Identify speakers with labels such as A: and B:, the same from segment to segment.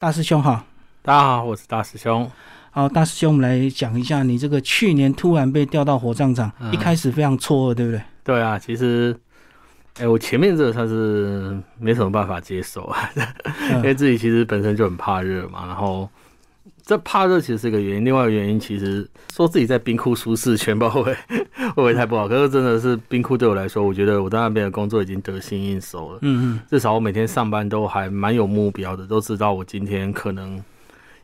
A: 大师兄好，
B: 大家好，我是大师兄。
A: 好，大师兄，我们来讲一下你这个去年突然被调到火葬场，
B: 嗯
A: 一开始非常错愕，对不对？
B: 对啊，其实，哎、我前面这个算是没什么办法接受啊， 因为自己其实本身就很怕热嘛，然后这怕热其实是一个原因，另外一个原因其实说自己在冰库舒适圈吧，会不会会不会太不好？可是真的是冰库对我来说，我觉得我在那边的工作已经得心应手了，
A: 嗯嗯
B: 至少我每天上班都还蛮有目标的，都知道我今天可能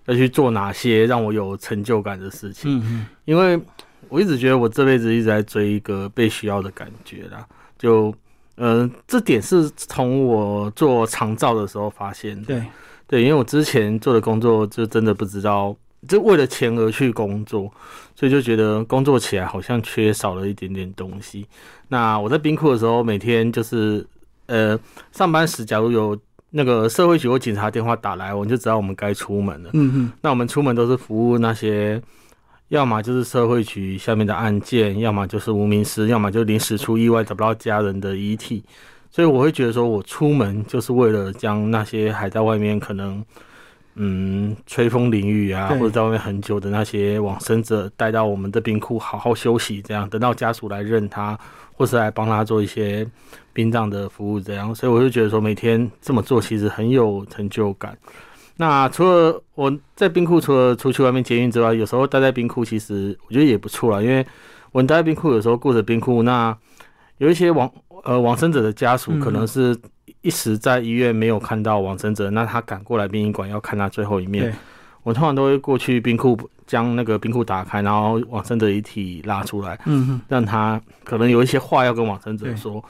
B: 要去做哪些让我有成就感的事情。
A: 嗯嗯
B: 因为我一直觉得我这辈子一直在追一个被需要的感觉啦，就。嗯、这点是从我做长照的时候发现
A: 嗯，
B: 的。
A: 对，
B: 对，因为我之前做的工作就真的不知道，就为了钱而去工作，所以就觉得工作起来好像缺少了一点点东西。那我在冰库的时候，每天就是呃上班时，假如有那个社会局或警察电话打来，我们就知道我们该出门了。
A: 嗯嗯
B: 那我们出门都是服务那些，要么就是社会局下面的案件，要么就是无名尸，要么就临时出意外找不到家人的遗体。所以我会觉得说，我出门就是为了将那些还在外面可能，嗯，吹风淋雨啊，
A: 对
B: 或者在外面很久的那些往生者带到我们的冰库好好休息，这样等到家属来认他，或是来帮他做一些殡葬的服务，这样。所以我就觉得说，每天这么做其实很有成就感。那除了我在冰库，除了出去外面捷运之外，有时候待在冰库，其实我觉得也不错啦。因为我待在冰库，有时候顾着冰库，那有一些往呃往生者的家属
A: 嗯，
B: 可能是一时在医院没有看到往生者，那他赶过来殡仪馆要看他最后一
A: 对
B: 面。我通常都会过去冰库，将那个冰库打开，然后往生者遗体拉出来。
A: 嗯嗯，
B: 让他可能有一些话要跟往生者
A: 对
B: 说，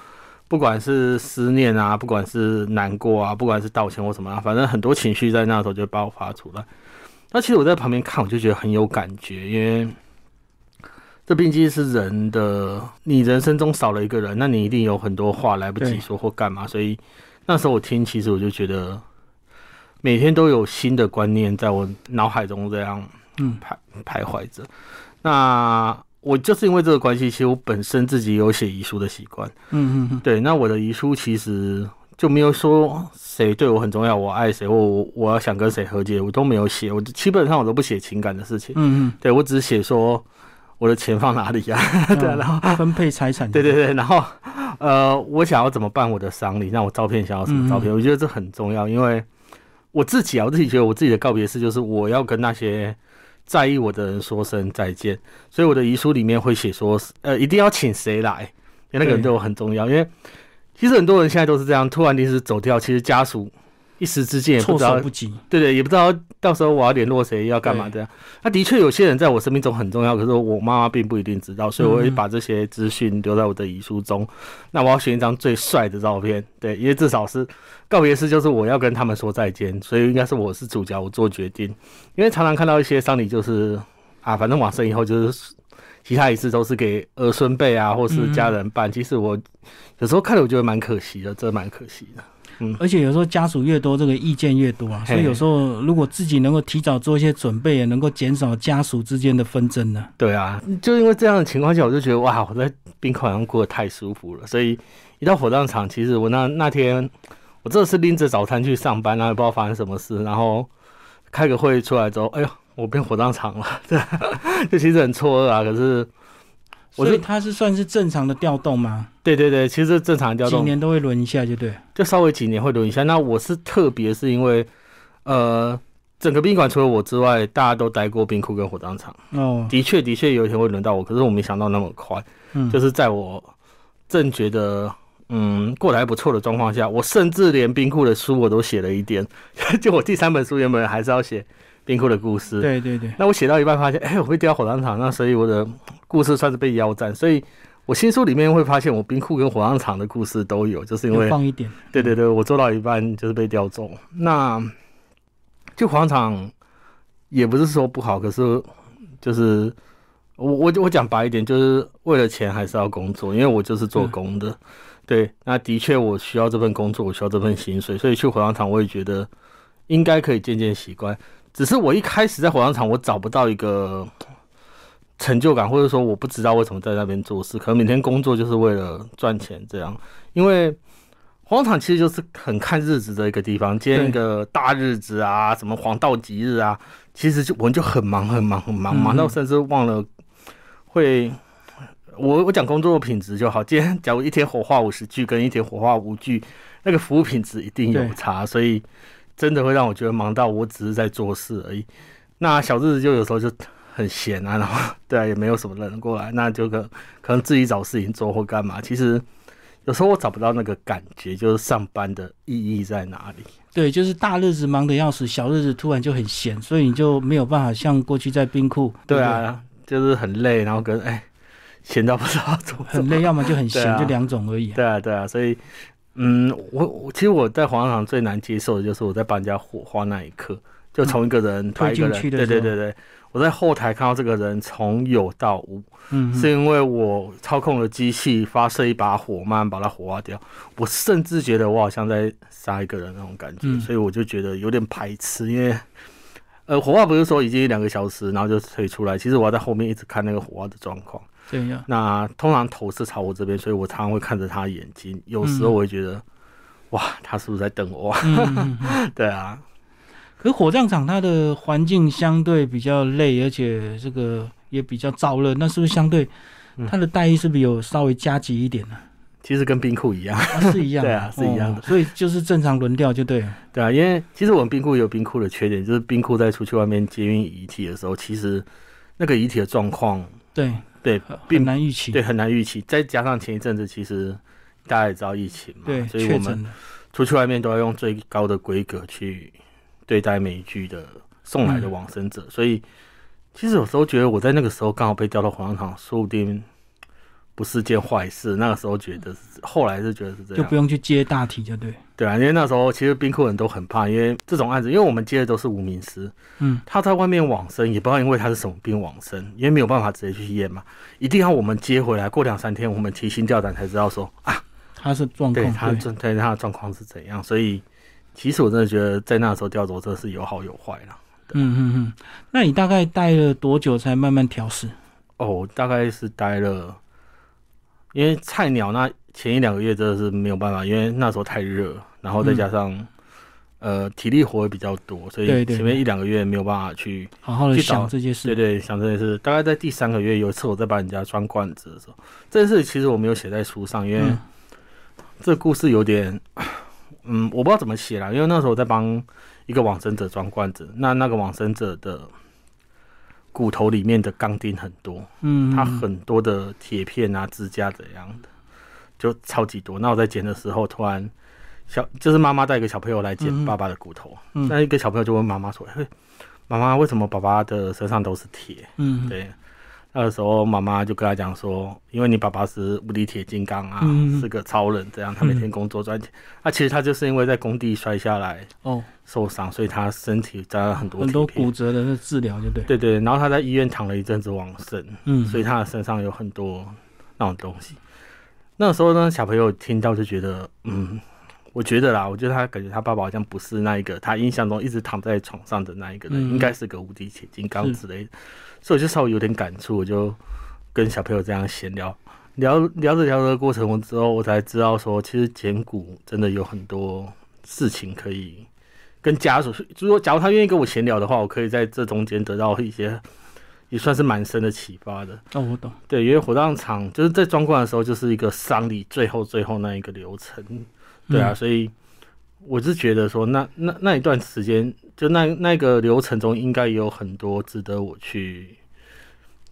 B: 不管是思念啊，不管是难过啊，不管是道歉或什么、啊，反正很多情绪在那时候就爆发出来。那其实我在旁边看，我就觉得很有感觉，因为这毕竟是人的，你人生中少了一个人，那你一定有很多话来不及
A: 对
B: 说或干嘛，所以那时候我听，其实我就觉得每天都有新的观念在我脑海中这样
A: 嗯
B: 徘徘徊着。那我就是因为这个关系，其实我本身自己有写遗书的习惯。
A: 嗯嗯
B: 对，那我的遗书其实就没有说谁对我很重要，我爱谁或我我要想跟谁和解，我都没有写。我基本上我都不写情感的事情，
A: 嗯
B: 对我只写说我的钱放哪里呀、
A: 嗯，
B: 对啊然
A: 后分配财产，
B: 对对对，然后呃，我想要怎么办我的丧礼？那我照片想要什么照
A: 嗯
B: 片？我觉得这很重要，因为我自己啊，我自己觉得我自己的告别式就是我要跟那些在意我的人说声再见，所以我的遗书里面会写说，呃，一定要请谁来，因为那个人对我很重要，因为其实很多人现在都是这样，突然临时走掉，其实家属一时之间也不
A: 措
B: 知道
A: 手不及，
B: 对对，也不知道到时候我要联络谁，要干嘛
A: 对
B: 这样。那的确有些人在我生命中很重要，可是我妈妈并不一定知道，所以我会
A: 嗯
B: 哎把这些资讯留在我的遗书中。那我要选一张最帅的照片，对，因为至少是告别式，就是我要跟他们说再见，所以应该是我是主角，我做决定。因为常常看到一些丧礼，就是啊，反正往生以后就是。其他仪式都是给儿孙辈啊，或是家人办。其实我有时候看了，我觉得蛮可惜的，真的蛮可惜的。
A: 而且有时候家属越多，这个意见越多啊，所以
B: 嘿
A: 有时候如果自己能够提早做一些准备，也能够减少家属之间的纷争呢。
B: 对啊，就因为这样的情况下，我就觉得哇，我在冰块上过得太舒服了。所以一到火葬场，其实我那那天我真的是拎着早餐去上班，然啊后也不知道发生什么事，然后开个会出来之后，哎呦，我变火葬场了，对啊， 就其实很错愕啊。可是，
A: 所
B: 我
A: 以
B: 是
A: 他是算是正常的调动吗？
B: 对对对，其实正常的调
A: 几
B: 动
A: 年都会轮一下，就对。
B: 就稍微几年会轮一下。那我是特别是因为，呃，整个宾馆除了我之外，大家都待过冰库跟火葬场，
A: 哦，
B: 的确的确有一天会轮到我，可是我没想到那么快。
A: 嗯，
B: 就是是在我正觉得嗯过得还不错的状况下，我甚至连冰库的书我都写了一点， 就我第三本书原本还是要写冰库的故事，
A: 对对对，
B: 那我写到一半发现，哎、我被调火葬场，那所以我的故事算是被腰斩，所以我新书里面会发现我冰库跟火葬场的故事都有，就是因为
A: 有放一点，
B: 对对对，我做到一半就是被调走。那就广场也不是说不好，可是就是我我我讲白一点，就是为了钱还是要工作，因为我就是做工的。对，那的确我需要这份工作，我需要这份薪水，所以去火葬场我也觉得应该可以渐渐习惯。只是我一开始在火葬场，我找不到一个成就感，或者说我不知道为什么在那边做事，可能每天工作就是为了赚钱这样，因为。黄场其实就是很看日子的一个地方，今天
A: 对
B: 一个大日子啊，什么黄道吉日啊，其实就我们就很忙很忙很忙，
A: 嗯
B: 忙到甚至忘了会。我我讲工作品质就好，今天假如一天火化五十句跟一天火化五句，那个服务品质一定有
A: 对
B: 差，所以真的会让我觉得忙到我只是在做事而已。那小日子就有时候就很闲啊， 然后对、啊、也没有什么人过来，那就可可能自己找事情做或干嘛。其实有时候我找不到那个感觉，就是上班的意义在哪里。
A: 对，就是大日子忙得要死，小日子突然就很闲，所以你就没有办法像过去在冰库，
B: 对
A: 不
B: 啊，就是很累，然后跟哎闲到不知道怎么
A: 对，很累，要么就很
B: 对
A: 闲，
B: 啊
A: 就两种而已啊、
B: 对啊，对啊，所以，嗯，我我其实我在黄场最难接受的就是我在帮人家火花那一刻，就从一个人
A: 嗯
B: 把
A: 推
B: 一
A: 进
B: 个人，
A: 去的
B: 对对
A: 时候
B: 对对，我在后台看到这个人从有到无，
A: 嗯哼，
B: 是因为我操控了机器发射一把火，慢慢把它火化掉。我甚至觉得我好像在杀一个人那种感觉，
A: 嗯
B: 所以我就觉得有点排斥，因为。呃，火化不是说已经一两个小时，然后就退出来。其实我要在后面一直看那个火化的状况。
A: 对呀、
B: 那通常头是朝我这边，所以我常常会看着他的眼睛。有时候我会觉得，哇，他是不是在瞪我？
A: 嗯嗯嗯嗯
B: 对啊，
A: 可是火葬场它的环境相对比较累，而且这个也比较燥热，那是不是相对
B: 嗯
A: 它的待遇是不是有稍微加急一点呢、
B: 其实跟冰库一样。
A: 啊是一样的，
B: 对啊是一样的
A: 哦所以就是正常轮调就对了。
B: 对啊，因为其实我们冰库有冰库的缺点，就是冰库在出去外面接运遗体的时候，其实那个遗体的状况，
A: 对
B: 对，并
A: 很难预期。
B: 对很难预期。再加上前一阵子，其实大家也知道疫情嘛，
A: 对，
B: 所以我
A: 确
B: 们
A: 诊了。
B: 出去外面都要用最高的规格去对待每一具的送
A: 嗯
B: 来的往生者，所以其实有时候觉得我在那个时候刚好被调到火葬场，说不定不是件坏事。那个时候觉得是，后来是觉得是这
A: 就不
B: 样，
A: 用去接大体就对。
B: 对啊，因为那时候其实冰库人都很怕，因为这种案子，因为我们接的都是无名尸，
A: 嗯，
B: 他在外面往生，也不知道因为他是什么病往生，因为没有办法直接去验嘛，一定要我们接回来，过两三天我们提心吊胆才知道说
A: 他是状
B: 对
A: 况
B: 他状对他的状况是怎样，所以其实我真的觉得在那时候调走真的是有好有坏啦。
A: 嗯嗯嗯。那你大概待了多久才慢慢调试？
B: 哦，大概是待了，因为菜鸟那前一两个月真的是没有办法，因为那时候太热，然后再加上、呃体力活也比较多，所
A: 嗯对
B: 以
A: 对
B: 前面一两个月没有办法去。
A: 好好的
B: 去找
A: 想这些事。
B: 对对，想这件事，大概在第三个月有一次我在帮人家装罐子的时候，这件事其实我没有写在书上，因为、
A: 嗯
B: 这故事有点， 嗯，我不知道怎么写啦，因为那时候我在帮一个往生者装罐子，那那个往生者的骨头里面的钢钉很多，
A: 嗯，
B: 它
A: 嗯
B: 很多的铁片啊、支架怎样的，就超级多。那我在捡的时候，突然小就是妈妈带一个小朋友来
A: 嗯
B: 捡
A: 嗯
B: 爸爸的骨头，
A: 嗯
B: 那一个小朋友就问妈妈说：“嘿，妈妈，为什么爸爸的身上都是铁？”
A: 嗯
B: 对，那个时候妈妈就跟他讲说，因为你爸爸是无敌铁金刚啊，
A: 嗯
B: 是个超人，这样他每天工作赚钱。那、其实他就是因为在工地摔下来
A: 哦，
B: 受伤，所以他身体沾了很多
A: 很多
B: 铁片
A: 骨折的那治疗就对。
B: 对对，然后他在医院躺了一阵子往生，
A: 嗯，
B: 所以他的身上有很多那种东西。那时候呢，小朋友听到就觉得，嗯，我觉得啦，我觉得他感觉他爸爸好像不是那一个他印象中一直躺在床上的那一个
A: 嗯
B: 人，应该是个无敌铁金刚
A: 是
B: 之类的，所以我就稍微有点感触，我就跟小朋友这样闲聊，聊聊着聊着的过程中之后，我才知道说，其实捡骨真的有很多事情可以跟家属，如果假如他愿意跟我闲聊的话，我可以在这中间得到一些也算是蛮深的启发的。
A: 哦，我懂。
B: 对，因为火葬场就是在装罐的时候，就是一个丧礼最后最后那一个流程，对啊，
A: 嗯
B: 所以我是觉得说那，那那一段时间，就那那个流程中，应该也有很多值得我去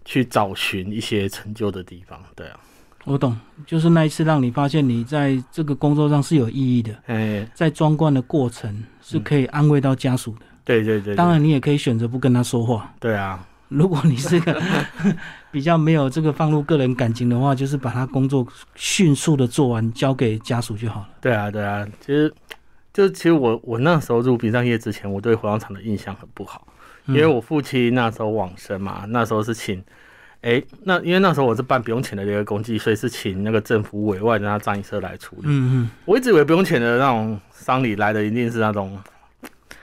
B: 去找寻一些成就的地方，对啊，
A: 我懂，就是那一次让你发现你在这个工作上是有意义的，
B: 哎，
A: 在装罐的过程是可以安慰到家属的。
B: 对对对，对
A: 当然，你也可以选择不跟他说话。
B: 对啊，
A: 如果你是 个比较没有这个放入个人感情的话，就是把他工作迅速的做完，交给家属就好了。
B: 对啊，对啊，其实就其实我我那时候入殡葬业之前，我对火葬场的印象很不好。因为
A: 嗯
B: 我父亲那时候往生嘛，那时候是请，哎、那因为那时候我是办不用钱的一个公祭，所以是请那个政府委外的那葬仪社来处理。
A: 嗯
B: 我一直以为不用钱的那种丧礼来的一定是那种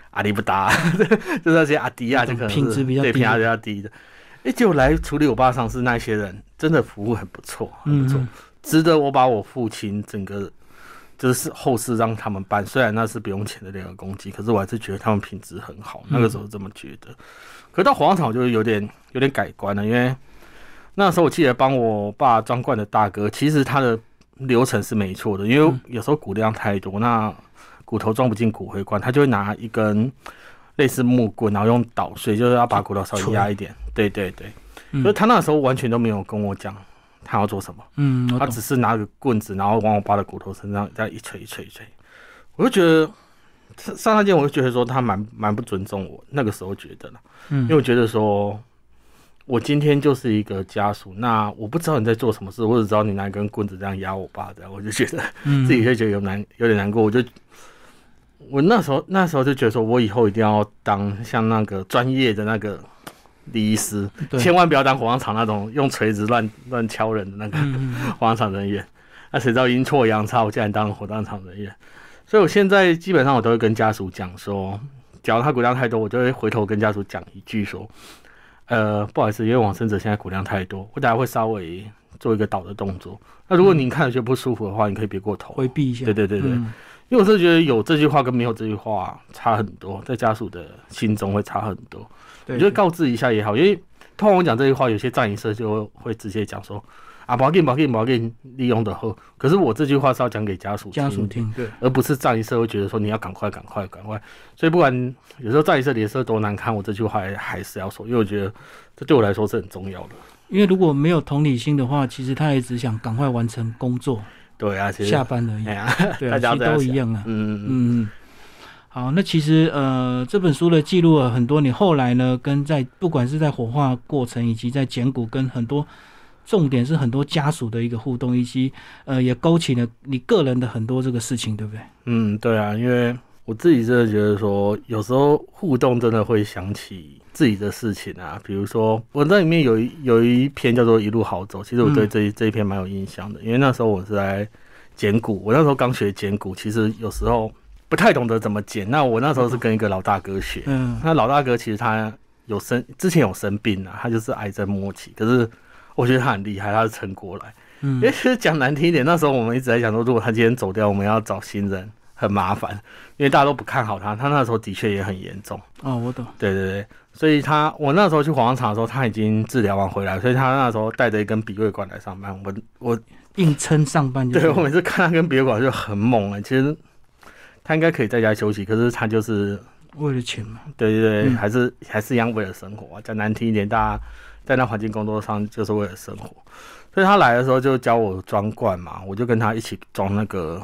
B: 阿里不达， 就是那些阿迪啊，就可能是
A: 品质比较低
B: 对
A: 的
B: 品质比较低的。哎、结果来处理我爸丧事那些人，真的服务很不错，很
A: 嗯
B: 不错，
A: 嗯
B: 值得我把我父亲整个就是后世让他们办，虽然那是不用钱的联合公祭，可是我还是觉得他们品质很好，那个时候这么觉得。
A: 嗯
B: 可到黄场我就有点有点改观了，因为那时候我记得帮我爸装罐的大哥，其实他的流程是没错的，因为
A: 嗯
B: 有时候骨量太多，那骨头装不进骨灰罐，他就会拿一根类似木棍，然后用捣碎，就是要把骨头稍微
A: 锤
B: 压一点。对对对，
A: 嗯
B: 所以他那时候完全都没有跟我讲他要做什么。
A: 嗯，我
B: 他
A: 懂
B: 只是拿个棍子，然后往我爸的骨头身上这样一锤一锤一锤，我就觉得上上那件，我就觉得说他蛮蛮不尊重我。那个时候觉得啦，因为
A: 嗯
B: 我觉得说我今天就是一个家属，那我不知道你在做什么事，我只知道你拿一根棍子这样压我爸，这样我就觉得
A: 嗯
B: 自己就觉得有难有点难过，我就。我那时候那时候就觉得说，我以后一定要当像那个专业的那个礼仪师，
A: 嗯对
B: 千万不要当火葬场那种用锤子乱乱敲人的那个
A: 嗯嗯
B: 火葬场人员。那谁知道阴错阳差，我竟然当了火葬场人员。所以我现在基本上我都会跟家属讲说，假如他骨量太多，我就会回头跟家属讲一句说，呃，不好意思，因为往生者现在骨量太多，我等下会稍微做一个倒的动作。那如果您看了觉得不舒服的话，你可以别过头。
A: 回避一下，
B: 啊对对对对，
A: 嗯
B: 因为我是觉得有这句话跟没有这句话差很多，在家属的心中会差很多。
A: 对，
B: 我觉得告知一下也好，因为通常我讲这句话，有些战营社就会直接讲说啊，不要紧，不要紧，不要紧，利用的后。可是我这句话是要讲给家属嗯
A: 家属，听，对，
B: 而不是战营社会觉得说你要赶快，赶快，赶快。所以不管有时候战营社脸色多难看，我这句话还还是要说，因为我觉得这对我来说是很重要的。
A: 因为如果没有同理心的话，其实他也只想赶快完成工作，
B: 对啊，其实
A: 下班而已
B: 哎，呀，
A: 对啊，
B: 大
A: 其
B: 家
A: 实
B: 这样
A: 都一
B: 想
A: 样啊，
B: 嗯嗯
A: 嗯，好，那其实呃，这本书的记录了很多，你后来呢，跟在不管是在火化过程，以及在捡骨，跟很多重点是很多家属的一个互动，以及呃，也勾起了你个人的很多这个事情，对不对？
B: 嗯，对啊，因为我自己真的觉得说，有时候互动真的会想起自己的事情啊。比如说，我那里面有一有一篇叫做《一路好走》，其实我对
A: 嗯
B: 这一、这一篇蛮有印象的，因为那时候我是在捡骨，我那时候刚学捡骨，其实有时候不太懂得怎么捡。那我那时候是跟一个老大哥学，
A: 嗯、
B: 那老大哥其实他有生之前有生病啊，他就是癌症末期，可是我觉得他很厉害，他是撑过来。因为
A: 嗯，
B: 其实讲难听一点，那时候我们一直在讲说，如果他今天走掉，我们要找新人很麻烦，因为大家都不看好他。他那时候的确也很严重，
A: 哦，我懂，
B: 对对对，所以他我那时候去火葬场的时候，他已经治疗完回来，所以他那时候带着一根鼻胃管来上班。我我
A: 硬撑上班就
B: 对
A: 是
B: 我每次看他跟鼻胃管就很猛了、欸其实他应该可以在家休息，可是他就是
A: 为了钱嘛，
B: 对对对，
A: 嗯
B: 还是还是一样为了生活、啊。讲难听一点，大家在那环境工作上就是为了生活。所以他来的时候就教我装罐嘛，我就跟他一起装那个，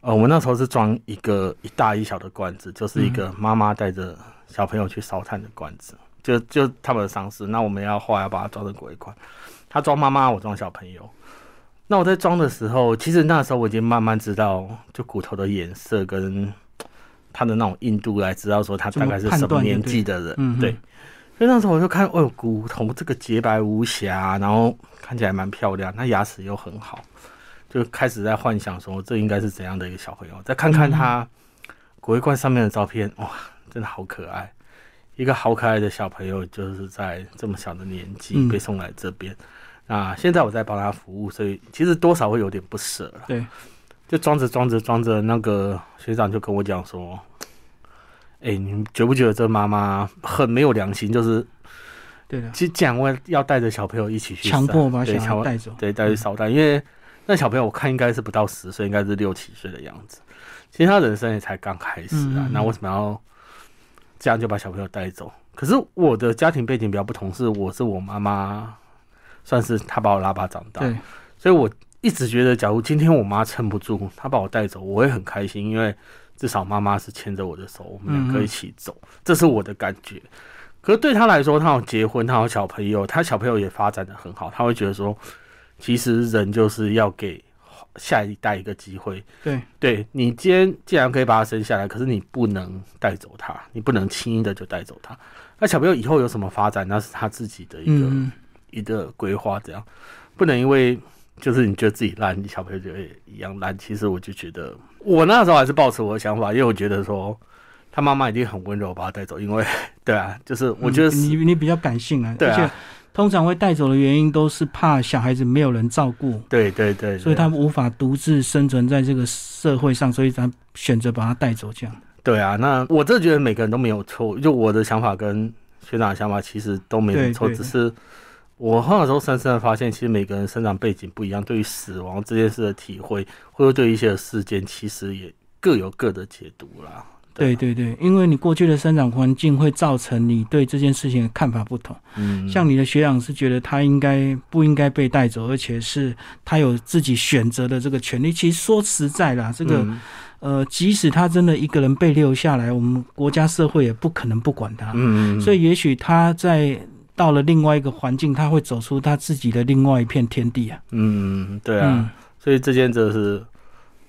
B: 呃，我们那时候是装一个一大一小的罐子，就是一
A: 嗯
B: 个妈妈带着小朋友去烧炭的罐子，就就他们的丧事。那我们要后来要把它装成鬼罐，他装妈妈，我装小朋友。那我在装的时候，其实那时候我已经慢慢知道，就骨头的颜色跟它的那种硬度来知道说他大概是
A: 怎么
B: 什
A: 判
B: 么
A: 断
B: 年
A: 就对
B: 纪的人，
A: 嗯，
B: 对，所以那时候我就看，哦，骨头这个洁白无瑕，然后看起来蛮漂亮，那牙齿又很好，就开始在幻想说这应该是怎样的一个小朋友。再看看
A: 嗯
B: 他骨灰罐上面的照片，哇，真的好可爱，一个好可爱的小朋友，就是在这么小的年纪
A: 嗯
B: 被送来这边。啊，现在我在帮他服务，所以其实多少会有点不舍了。
A: 对，
B: 就装着装着装着，那个学长就跟我讲说：“哎、你觉不觉得这妈妈很没有良心？就是
A: 对的，
B: 其实讲我要带着小朋友一起去
A: 强
B: 烧
A: 迫把
B: 对
A: 小
B: 强
A: 孩
B: 迫
A: 带走，
B: 对带去烧炭，因为那小朋友我看应该是不到十岁，应该是六七岁的样子。其实他人生也才刚开始
A: 嗯
B: 啊
A: 嗯，
B: 那、
A: 嗯
B: 为什么要这样就把小朋友带走？可是我的家庭背景比较不同，是我是我妈妈，算是她把我拉拔长大，
A: 对，
B: 所以我一直觉得，假如今天我妈撑不住，她把我带走，我会很开心，因为至少妈妈是牵着我的手，我们两个一起走，这是我的感觉。可是对她来说，她有结婚，她有小朋友，她小朋友也发展的很好，她会觉得说，其实人就是要给下一代一个机会。
A: 对，
B: 对你今天既然可以把他生下来，可是你不能带走他，你不能轻易的就带走他。那小朋友以后有什么发展，那是他自己的一个、
A: 嗯，嗯
B: 一个规划，这样不能因为就是你觉得自己烂，你小朋友就会一样烂。其实我就觉得，我那时候还是抱持我的想法，因为我觉得说他妈妈一定很温柔把他带走，因为 对啊，就是我觉得
A: 嗯
B: 是、
A: 你你比较感性啊，
B: 对啊
A: 而且通常会带走的原因都是怕小孩子没有人照顾，
B: 对对对，
A: 所以
B: 对啊
A: 他们无法独自生存在这个社会上，所以他选择把他带走。这样，
B: 对啊，那我真的觉得每个人都没有错，就我的想法跟学长的想法其实都没有错，
A: 对对
B: 只是我后来时候深深的发现，其实每个人生长背景不一样，对于死亡这件事的体会，或者对一些事件，其实也各有各的解读啦。
A: 对
B: 啊，
A: 对对，因为你过去的生长环境会造成你对这件事情的看法不同。
B: 嗯，
A: 像你的学长是觉得他应该不应该被带走，而且是他有自己选择的这个权利。其实说实在啦，这个、
B: 嗯
A: 呃，即使他真的一个人被留下来，我们国家社会也不可能不管他。
B: 嗯，
A: 所以也许他在到了另外一个环境，他会走出他自己的另外一片天地啊。
B: 嗯，对啊，
A: 嗯，
B: 所以这件真的是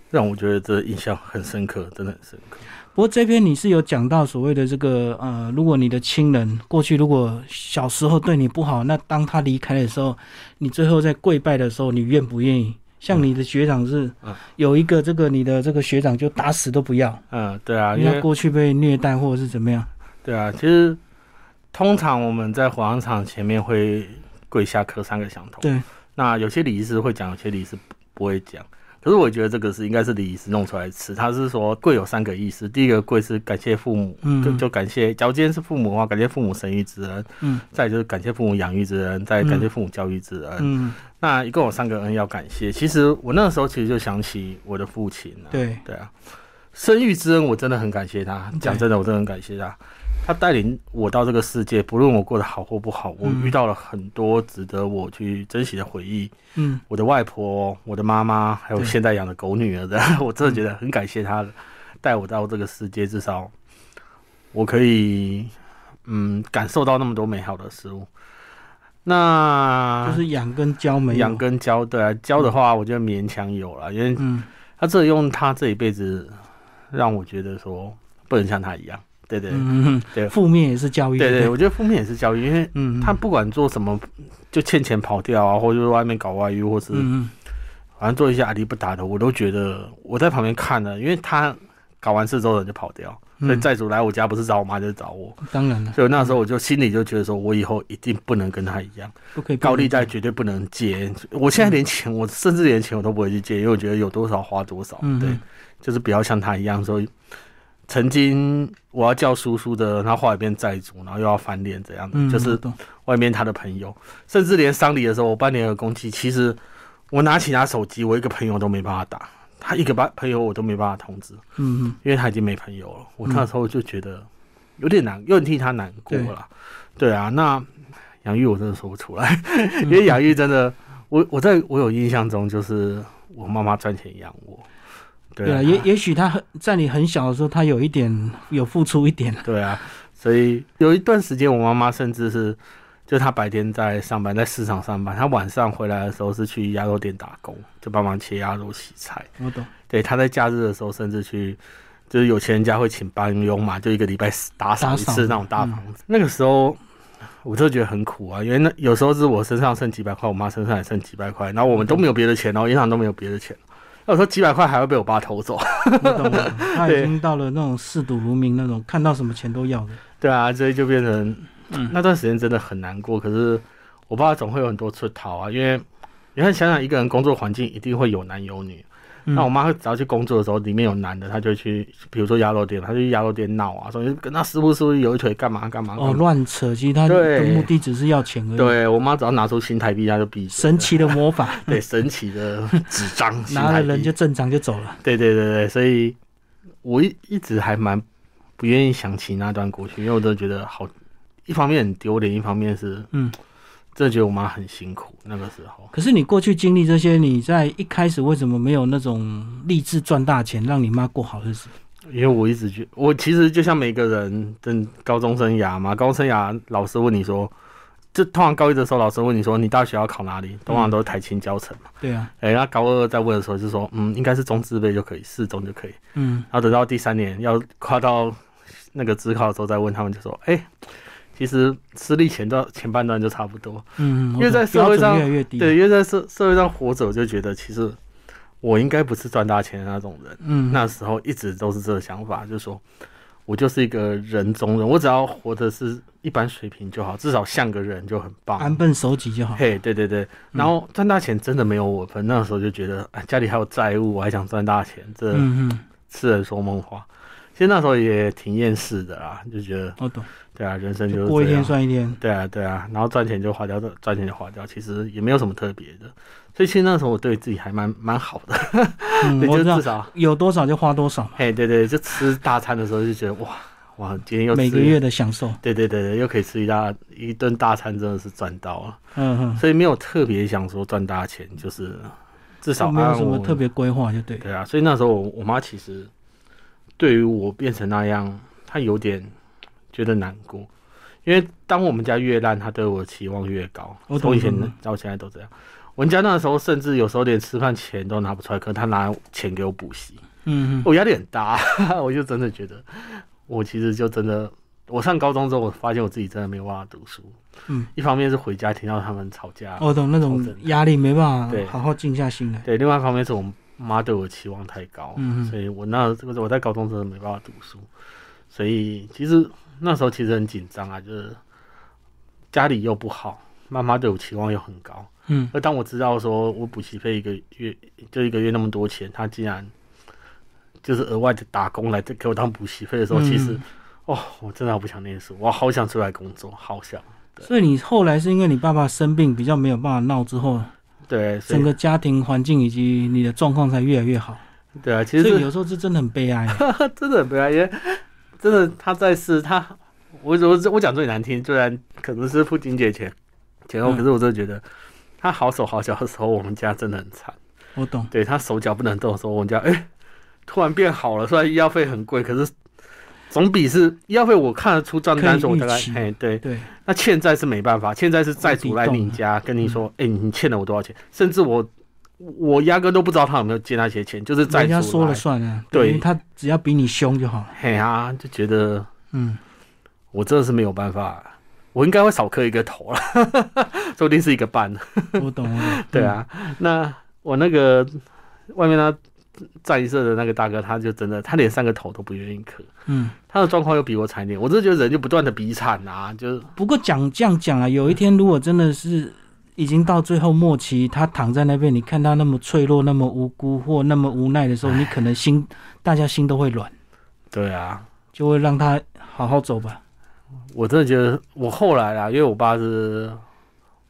B: 让我觉得这印象很深刻，真的很深刻。
A: 不过这篇你是有讲到所谓的这个呃，如果你的亲人过去如果小时候对你不好，那当他离开的时候，你最后在跪拜的时候，你愿不愿意？像你的学长是
B: 嗯
A: 有一个这个你的这个学长就打死都不要，
B: 嗯，对啊，
A: 因
B: 因
A: 为他
B: 为
A: 过去被虐待或者是怎么样。
B: 对啊，其实通常我们在火葬场前面会跪下磕三个响头。
A: 对，
B: 那有些礼仪师会讲，有些礼仪师不不会讲。可是我觉得这个是应该是礼仪师弄出来吃。他是说跪有三个意思，第一个跪是感谢父母，
A: 嗯
B: 就就感谢，假如今天是父母的话，感谢父母生育之恩；
A: 嗯
B: 再就是感谢父母养育之恩，再感谢父母教育之恩。
A: 嗯，
B: 那一共有三个恩要感谢。其实我那时候其实就想起我的父亲了、
A: 对，
B: 对啊，生育之恩我真的很感谢他。
A: 对
B: 讲真的，我真的很感谢他。他带领我到这个世界，不论我过得好或不好，我
A: 嗯
B: 遇到了很多值得我去珍惜的回忆。
A: 嗯
B: 我的外婆、我的妈妈，还有
A: 对嗯
B: 现在养的狗女儿的， 我真的觉得很感谢他带我到这个世界，至少我可以嗯感受到那么多美好的事物。那
A: 就是养跟教没有
B: 啊养跟教，对啊，教的话我觉得勉强有了，因为
A: 嗯
B: 他这用他这一辈子让我觉得说不能像他一样，对对
A: 嗯嗯
B: 对
A: 嗯，负面也是教育，
B: 对
A: 不
B: 对，我觉得负面也是教育，因为
A: 嗯，嗯
B: 他不管做什么，就欠钱跑掉啊，或者是外面搞外遇，或是
A: 嗯嗯
B: 反正做一些阿力不达的，我都觉得我在旁边看了，因为他搞完事之后人就跑掉，
A: 嗯
B: 所以债主来我家不是找我妈就是找我，
A: 当然了，
B: 所以那时候我就心里就觉得说，我以后一定不能跟他一样。
A: 不可以
B: 高利贷
A: 变
B: 绝对不能借。我现在连钱，我甚至连钱我都不会去借，因为我觉得有多少花多少。
A: 嗯
B: 对
A: 嗯，
B: 就是不要像他一样说，曾经我要叫叔叔的，他后来变债主，然后又要翻脸这样的，
A: 成，嗯，
B: 就
A: 我
B: 是
A: 懂
B: 外面他的朋友，甚至连丧礼的时候，我办联合公祭，其实我拿起他手机，我一个朋友都没办法打，他一个班朋友我都没办法通知，
A: 嗯嗯
B: 因为他已经没朋友了。我
A: 嗯
B: 那时候就觉得有点难，有点替他难过了。对啊，那杨玉我真的说不出来。
A: 嗯，
B: 因为养育真的，我我在我有印象中就是我妈妈赚钱养我，对
A: 对
B: 啊，
A: 啊，也也许他很在你很小的时候，他有一点有付出一点，
B: 对啊，所以有一段时间我妈妈甚至是，就她白天在上班，在市场上班，她晚上回来的时候是去鸭肉店打工，就帮忙切鸭肉洗菜。
A: 我懂，
B: 对，她在假日的时候甚至去。就是有钱人家会请帮佣嘛，就一个礼拜打扫
A: 打
B: 一
A: 扫嗯
B: 次那种大房子。那个时候，我就觉得很苦啊，因为那有时候是我身上剩几百块，我妈身上也剩几百块，然后我们都没有别的钱，然后银行都没有别的钱，那有时候几百块还会被我爸偷走。
A: 我懂，我懂他已
B: 对
A: 经到了那种嗜赌如命那种，看到什么钱都要 的，
B: 对啊，所以就变成、
A: 嗯
B: 那段时间真的很难过。可是我爸总会有很多出逃啊，因为你看想想一个人工作环境一定会有男有女。
A: 嗯
B: 那我妈只要去工作的时候，里面有男的，她就去，比如说鸭肉店，她就去鸭肉店闹啊，说你跟那师傅师傅有一腿干嘛干嘛。
A: 哦
B: 干嘛
A: 乱扯，其实他
B: 对
A: 的目的只是要钱而已。，
B: 对我妈只要拿出新台币，她就闭嘴
A: 神奇的魔 法，
B: 对神奇的纸张，新
A: 拿
B: 台
A: 了
B: 币
A: 人就正常就走了。
B: 对对对对，所以我一一直还蛮不愿意想起那段过去，因为我真的觉得好，一方面很丢脸，一方面是
A: 嗯，
B: 真的觉得我妈很辛苦那个时候。
A: 可是你过去经历这些，你在一开始为什么没有那种立志赚大钱，让你妈过好日子？
B: 因为我一直觉我其实就像每个人真高中生涯嘛，高中生涯老师问你说，就通常高一的时候老师问你说你大学要考哪里，通常都是台青教程嘛。
A: 对啊，
B: 哎、那高二在问的时候就说，嗯，应该是中自备就可以，四中就可以。
A: 嗯，
B: 然后等到第三年要跨到那个职考的时候再问他们，就说：“哎、其实私立前段前半段就差不多。
A: 嗯，
B: 因为在社
A: 标
B: 会上
A: 准越来越低，
B: 对，，因为在社社会上活着，我就觉得其实我应该不是赚大钱的那种人。
A: 嗯，
B: 那时候一直都是这个想法，就说我就是一个人中人，我只要活得是一般水平就好，至少像个人就很棒。
A: 安分嗯守己就好。
B: 嘿，对对对，然后赚大钱真的没有我份，那时候就觉得，哎，家里还有债务，我还想赚大钱，这
A: 嗯嗯，
B: 痴人说梦话。其实那时候也挺厌世的啦，就觉得，
A: 我懂，
B: 对啊，人生就
A: 就是过一
B: 这
A: 天
B: 样。
A: 算一天。
B: 对啊，对啊，然后赚钱就花掉，赚钱就花掉，其实也没有什么特别的。所以其实那时候我对自己还蛮蛮好的，
A: 嗯，
B: 对，
A: 我
B: 就
A: 知道
B: 至，少，
A: 有多少就花多少嘛，
B: 嘿，对对，就吃大餐的时候就觉得哇哇，今天又吃
A: 每个月，的享受。
B: 对对对对，又可以吃一大一顿大餐，真的是赚到了。
A: 嗯
B: 所以没有特别想说赚大钱，就是至少
A: 嗯，没有
B: 按
A: 什么
B: 我
A: 特别规划，就对。
B: 对啊。所以那时候我我妈其实对于我变成那样，她有点觉得难过，因为当我们家越烂，她对我期望越高。
A: 我懂
B: 从以前
A: 哦懂懂
B: 到现在都这样。我们家那时候甚至有时候连吃饭钱都拿不出来，可她拿钱给我补习，
A: 嗯嗯，
B: 我压力很大，啊 我就真的觉得我其实就真的。我上高中之后，我发现我自己真的没有办法读书。
A: 嗯，
B: 一方面是回家听到他们吵架，啊
A: 我懂那种压力没办
B: 对
A: 法好好静下心来。
B: 对，另外一方面是我妈对我期望太高，
A: 嗯
B: 所以我那这个我在高中真的没办法读书，所以其实那时候其实很紧张啊，就是家里又不好，妈妈对我期望又很高。
A: 嗯
B: 而当我知道说我补习费一个月就一个月那么多钱，他竟然就是额外的打工来给我当补习费的时候，其实
A: 嗯
B: 哦，我真的好不想念书，我好想出来工作，好想
A: 所以你后来是因为你爸爸生病比较没有办法闹之后，
B: 对，所
A: 整
B: 以
A: 个家庭环境以及你的状况才越来越好。
B: 对啊，其
A: 所
B: 实
A: 以有时候这真的很悲哀。
B: 真的很悲哀，因为真的他在世，他我我我讲最难听，虽然可能是父亲节前前后，
A: 嗯
B: 可是我真的觉得他好手好脚的时候，我们家真的很惨。
A: 我懂，
B: 对他手脚不能动的时候，我们家哎、突然变好了，虽然医药费很贵，可是总比是医药费我看得出账单，
A: 可以
B: 所以我大概
A: 预期
B: 哎对，
A: 对，
B: 那欠债是没办法，欠债是债主来你家跟你说，哎、你欠了我多少钱，甚至我我压根都不知道他有没有借那些钱，就是债
A: 人
B: 主
A: 家说了
B: 来
A: 算啊。
B: 对
A: 因为他只要比你凶就好了。
B: 嘿啊，就觉得。
A: 嗯，
B: 我真的是没有办法，我应该会少磕一个头了， 说不定是一个半。。
A: 我懂，嗯我懂
B: 对啊，那我那个外面那战衣社的那个大哥，他就真的，他连三个头都不愿意磕，
A: 嗯，
B: 他的状况又比我惨一点。我真的觉得人就不断的比惨啊，就是
A: 嗯，不过讲这样讲啊，有一天如果真的是已经到最后末期，他躺在那边，你看他那么脆弱、那么无辜或那么无奈的时候，你可能心大家心都会软，
B: 对啊，
A: 就会让他好好走吧。
B: 我真的觉得我后来啊，因为我爸是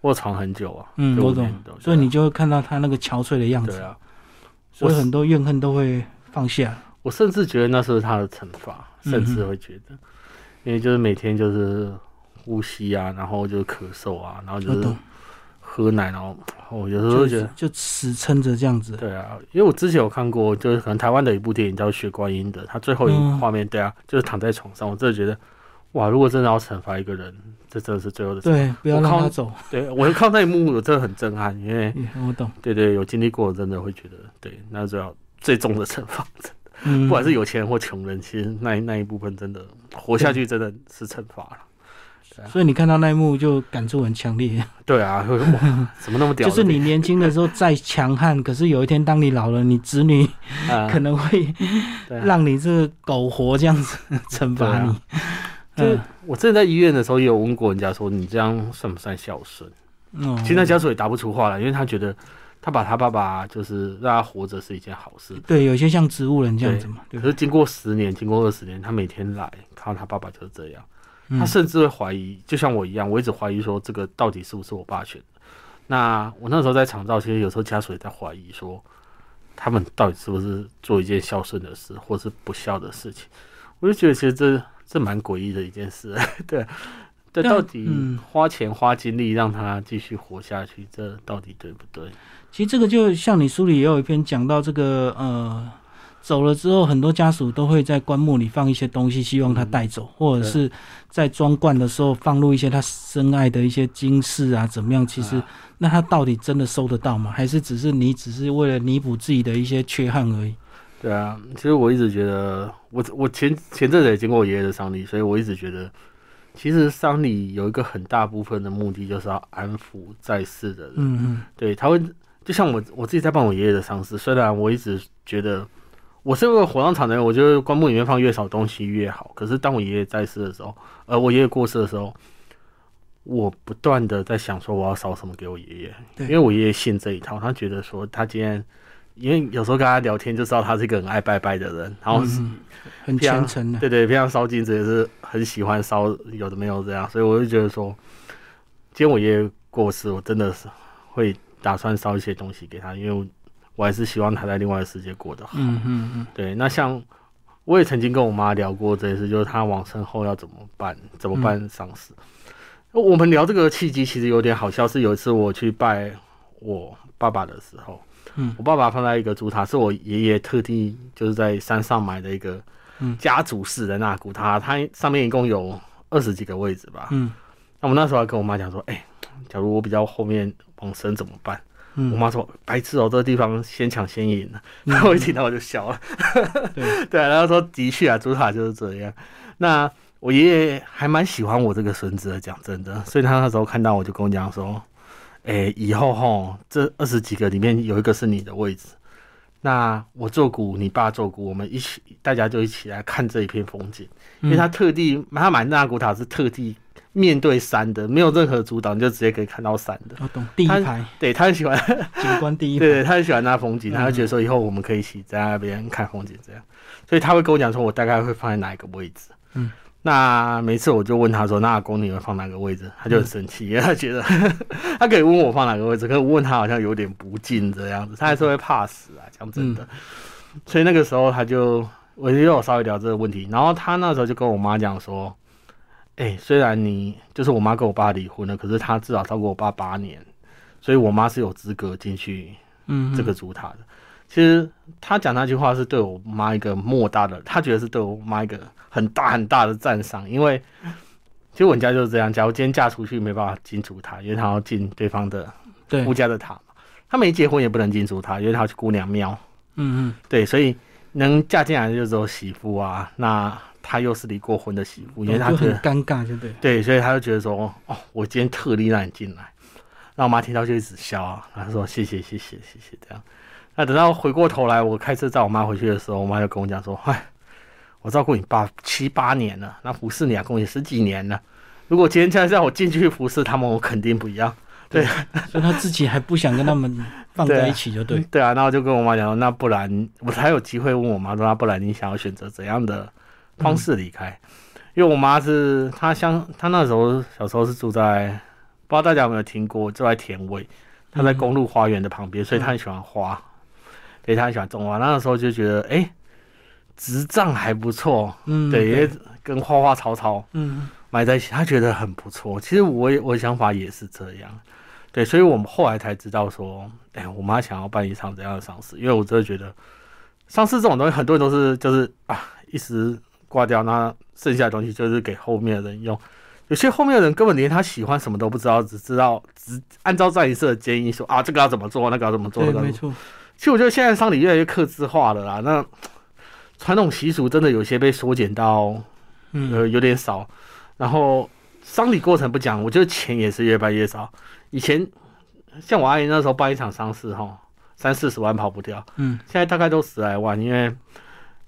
B: 卧床很久啊，
A: 嗯，
B: 就
A: 我
B: 五
A: 懂
B: 年多。
A: 所以你就会看到他那个憔悴的样
B: 对
A: 子，
B: 啊，
A: 所以
B: 我
A: 很多怨恨都会放下。
B: 我甚至觉得那是他的惩罚，甚
A: 嗯
B: 至
A: 哼
B: 会觉得，因为就是每天就是呼吸啊，然后就咳嗽啊，然后就
A: 我
B: 是
A: 懂，
B: 喝奶，然后我有时候
A: 就
B: 会觉得，
A: 就死撑着这样子。
B: 对啊，因为我之前有看过，就是可能台湾的一部电影叫《血观音》的，他最后一
A: 嗯
B: 画面，对啊，就是躺在床上，我真的觉得，哇，如果真的要惩罚一个人，这真的是最后的惩。
A: 对，不要让他走。
B: 对，我看到那一幕，我真的很震撼，因为
A: 嗯我懂，
B: 对对，有经历过，真的会觉得，对，那最要最重的惩罚。
A: 嗯，
B: 不管是有钱人或穷人，其实那一那一部分真的活下去真的是惩罚了。
A: 所以你看到那一幕就感触很 强烈，
B: 对啊，会哇，怎么那么 屌
A: 就
B: 的
A: 是
B: 电
A: 你
B: 影？
A: 年轻的时候再强悍，可是有一天当你老了，你子女
B: 啊
A: 可能会
B: 对啊
A: 让你这个苟活这样子 惩罚你。
B: 就是
A: 嗯，
B: 我之前在医院的时候也有问过人家说，你这样算不算孝顺？
A: 哦
B: 啊其实那家属也答不出话来，因为他觉得他把他爸爸就是让他活着是一件好事。
A: 对有些像植物人这样子嘛，对
B: 可
A: 吧？
B: 是经过十年，经过二十年，他每天来看到他爸爸就是这样，他
A: 嗯
B: 甚至会怀疑，就像我一样，我一直怀疑说这个到底是不是我爸选的。那我那时候在长照，其实有时候家属也在怀疑说，他们到底是不是做一件孝顺的事，或是不孝的事情。我就觉得其实这这蛮诡异的一件事，啊 对。这
A: 但
B: 到底
A: 嗯
B: 花钱花精力让他继续活下去，这到底对不对？
A: 其实这个就像你书里也有一篇讲到这个呃。走了之后，很多家属都会在棺木里放一些东西，希望他带走，或者
B: 嗯对
A: 是在装罐的时候放入一些他深爱的一些金饰啊，怎么样？其实
B: 啊
A: 那他到底真的收得到吗？还是只是你只是为了弥补自己的一些缺憾而已？
B: 对啊，其实我一直觉得，我我前前阵子也经过我爷爷的丧礼，所以我一直觉得，其实丧礼有一个很大部分的目的就是要安抚在世的人。
A: 嗯嗯，
B: 对，他会就像我我自己在办我爷爷的丧事，虽然我一直觉得我是个火葬场的人，我觉得棺木里面放越少东西越好。可是当我爷爷在世的时候，呃，我爷爷过世的时候，我不断的在想说我要烧什么给我爷爷，
A: 对
B: 因为我爷爷信这一套，他觉得说他今天，因为有时候跟他聊天就知道他是一个很爱拜拜的人，然后、
A: 嗯很虔诚啊的，
B: 对啊对，平常烧金子也是很喜欢烧，有的没有这样，所以我就觉得说，今天我爷爷过世，我真的是会打算烧一些东西给他，因为我我还是希望他在另外的世界过得好。
A: 嗯嗯嗯，
B: 对，那像我也曾经跟我妈聊过这件事，就是她往生后要怎么办，怎么
A: 嗯
B: 办丧事。我们聊这个契机其实有点好笑，是有一次我去拜我爸爸的时候，
A: 嗯
B: 我爸爸放在一个竹塔，是我爷爷特地就是在山上买的一个
A: 嗯
B: 家族式的那古塔，它上面一共有二十几个位置吧。
A: 嗯
B: 那我那时候还跟我妈讲说，哎、假如我比较后面往生怎么办？我
A: 嗯，
B: 妈说：“白痴哦、这个地方先抢先赢。”啊
A: 嗯
B: 然后我一听到我就笑了。
A: 对
B: 对，然后说的确啊，主塔就是这样。那我爷爷还蛮喜欢我这个孙子的，讲真的，所以他那时候看到我就跟我讲说：“哎、以后吼，这二十几个里面有一个是你的位置，那我做鼓，你爸做鼓，我们一起，大家就一起来看这一片风景。”因为他特地他买那古塔是特地面对山的，没有任何阻挡，你就直接可以看到山的。
A: 我懂第一
B: 他
A: 排
B: 对他很喜欢。
A: 景观第一排，
B: 对，他很喜欢那风景，他就觉得说以后我们可以一起在那边看风景这样，所以他会跟我讲说，我大概会放在哪一个位置。
A: 嗯，
B: 那每次我就问他说，那阿公你会放哪个位置？他就很生气，因为他觉得 他可以问我放哪个位置，可是我问他好像有点不敬这样子，他还是会怕死啊，讲真的。所以那个时候他就我就有稍微聊这个问题，然后他那时候就跟我妈讲说。哎、虽然你就是我妈跟我爸离婚了，可是他至少照顾我爸八年，所以我妈是有资格进去
A: 嗯，嗯
B: 这个主塔的。其实他讲那句话是对我妈一个莫大的，他觉得是对我妈一个很大很大的赞赏，因为其实我们家就是这样，假如今天嫁出去没办法进主塔，因为她要进对方的
A: 对
B: 夫，家的塔嘛，她没结婚也不能进主塔，因为她要去姑娘庙，
A: 嗯嗯，
B: 对，所以能嫁进来的就只有媳妇啊，那她又是离过婚的媳妇，因为她
A: 就
B: 觉
A: 很
B: 得
A: 尴尬，就对，
B: 对，所以他就觉得说，哦，我今天特地让你进来，那我妈听到就一直笑啊，然后说谢谢谢谢谢谢这样。那等到回过头来，我开车载我妈回去的时候，我妈就跟我讲说，哎，我照顾你爸七八年了，那服侍你啊阿公也十几年了，如果今天再让我进去服侍他们，我肯定不一样。
A: 所以他自己还不想跟他们放在一起，就对，
B: 对啊，那我就跟我妈讲说，那不然我才有机会问我妈说，那不然你想要选择怎样的方式离开？
A: 嗯
B: 因为我妈是她乡，她那时候小时候是住在，不知道大家有没有听过，住在田尾，她在公路花园的旁
A: 嗯
B: 边，所以她很喜欢花，对，她很喜欢种花。那时候就觉得，哎、植葬还不错，
A: 嗯，
B: 对，因为跟花花草草
A: 嗯，
B: 埋在一起，他觉得很不错。其实我也我的想法也是这样，对，所以我们后来才知道说，哎、我妈想要办一场怎样的丧事，因为我真的觉得丧事这种东西，很多人都是就是啊，一时挂掉，那剩下的东西就是给后面的人用。有些后面的人根本连他喜欢什么都不知道，只知道只按照葬仪社的建议说啊，这个要怎么做，那个要怎么做，那
A: 对，
B: 个要怎么
A: 没
B: 做。
A: 错，
B: 其实我觉得现在丧礼越来越克制化了啦，那传统习俗真的有些被缩减到
A: 嗯
B: 呃，有点少。然后丧礼过程不讲，我觉得钱也是越办越少。以前像我阿姨那时候办一场丧事哈，三四十万跑不掉，
A: 嗯，
B: 现在大概都十来万，因为。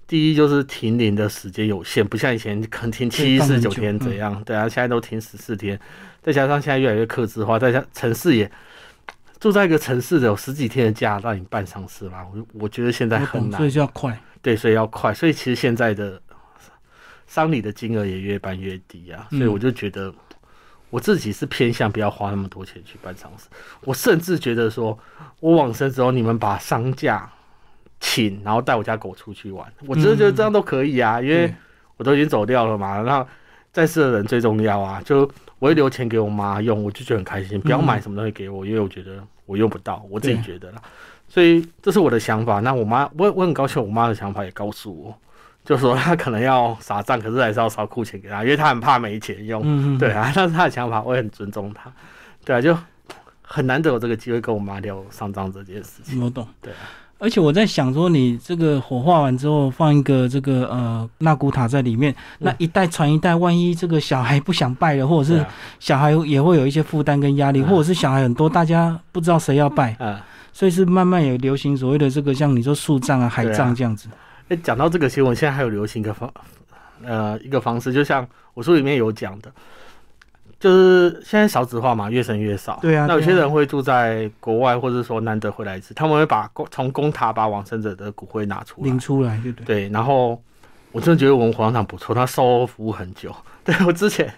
B: 第一就是停灵的时间有限，不像以前可能停
A: 可
B: 七
A: 以放
B: 十
A: 很
B: 九
A: 久嗯
B: 天怎样，对啊，现在都停十四天，再加上现在越来越克制化，再加城市也住在一个城市的有十几天的假让你办丧事啦，我我觉得现在
A: 我
B: 很
A: 懂，
B: 难
A: 所以。就要快，
B: 对，所以要快，所以其实现在的丧礼的金额也越办越低啊，所以
A: 嗯
B: 我就觉得我自己是偏向不要花那么多钱去办丧事，我甚至觉得说我往生之后，你们把丧假请，然后带我家狗出去玩，我真的觉得这样都可以啊，因为
A: 嗯对
B: 我都已经走掉了嘛，那在世的人最重要啊，就我会留钱给我妈用，我就觉得很开心，
A: 嗯
B: 不要买什么东西给我，因为我觉得我用不到，我自己
A: 对
B: 觉得啦，所以这是我的想法。那我妈，我我很高兴，我妈的想法也告诉我，就说她可能要傻账，可是还是要烧库钱给她，因为她很怕没钱用。
A: 嗯嗯，
B: 对，啊，但是她的想法我也很尊重她，对啊，就很难得有这个机会跟我妈聊上账这件事情。
A: 我懂，
B: 对啊
A: 而且我在想说，你这个火化完之后放一个这个呃纳古塔在里面，那一代传一代，万一这个小孩不想拜了，或者
B: 嗯对
A: 是
B: 啊，
A: 小孩也会有一些负担跟压力，
B: 嗯
A: 或者是小孩很多，大家不知道谁要拜，
B: 嗯，
A: 所以是慢慢也流行所谓的这个像你说树葬啊、海
B: 对啊
A: 葬这样子。
B: 哎，讲到这个，其实我现在还有流行一个方，呃，一个方式，就像我书里面有讲的，就是现在少子化嘛，越生越少。
A: 对啊
B: 那有
A: 对
B: 些
A: 啊
B: 人会住在国外，或者说难得回来一次，他们会把公从公塔把往生者的骨灰拿出来
A: 领。出来，对不对？
B: 对，然后我真的觉得我们广场不错，他收服务很久。 对我之前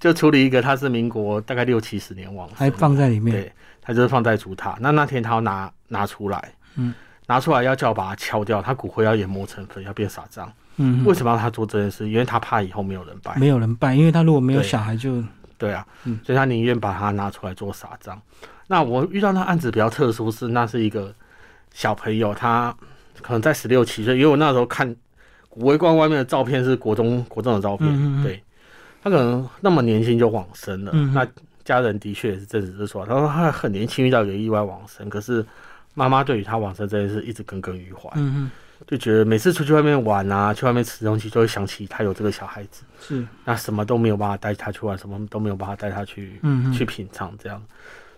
B: 就处理一个，他是民国大概六七十年往生的，
A: 还放在里面，
B: 对他就是放在竹塔。那那天他要拿拿出来，
A: 嗯，
B: 拿出来要叫我把它敲掉，他骨灰要研磨成粉，要变撒葬。
A: 嗯，
B: 为什么要他做这件事？因为他怕以后没有人拜。
A: 没有人拜？因为他如果没有
B: 对
A: 小孩就，
B: 对啊，
A: 嗯
B: 所以他宁愿把它拿出来做撒账。那我遇到那案子比较特殊是，那是一个小朋友，他可能在十六七岁，因为我那时候看古围观外面的照片是国中国中的照片，
A: 嗯嗯嗯
B: 对他可能那么年轻就往生了。
A: 嗯嗯
B: 那家人的确也是证实是说，他说他很年轻遇到一个意外往生，可是妈妈对于他往生这件事一直耿耿于怀，
A: 嗯嗯，
B: 就觉得每次出去外面玩啊，去外面吃东西，就会想起他有这个小孩子，
A: 是，
B: 那什么都没有办法带他去玩，什么都没有办法带他去
A: 嗯嗯
B: 去品尝这样。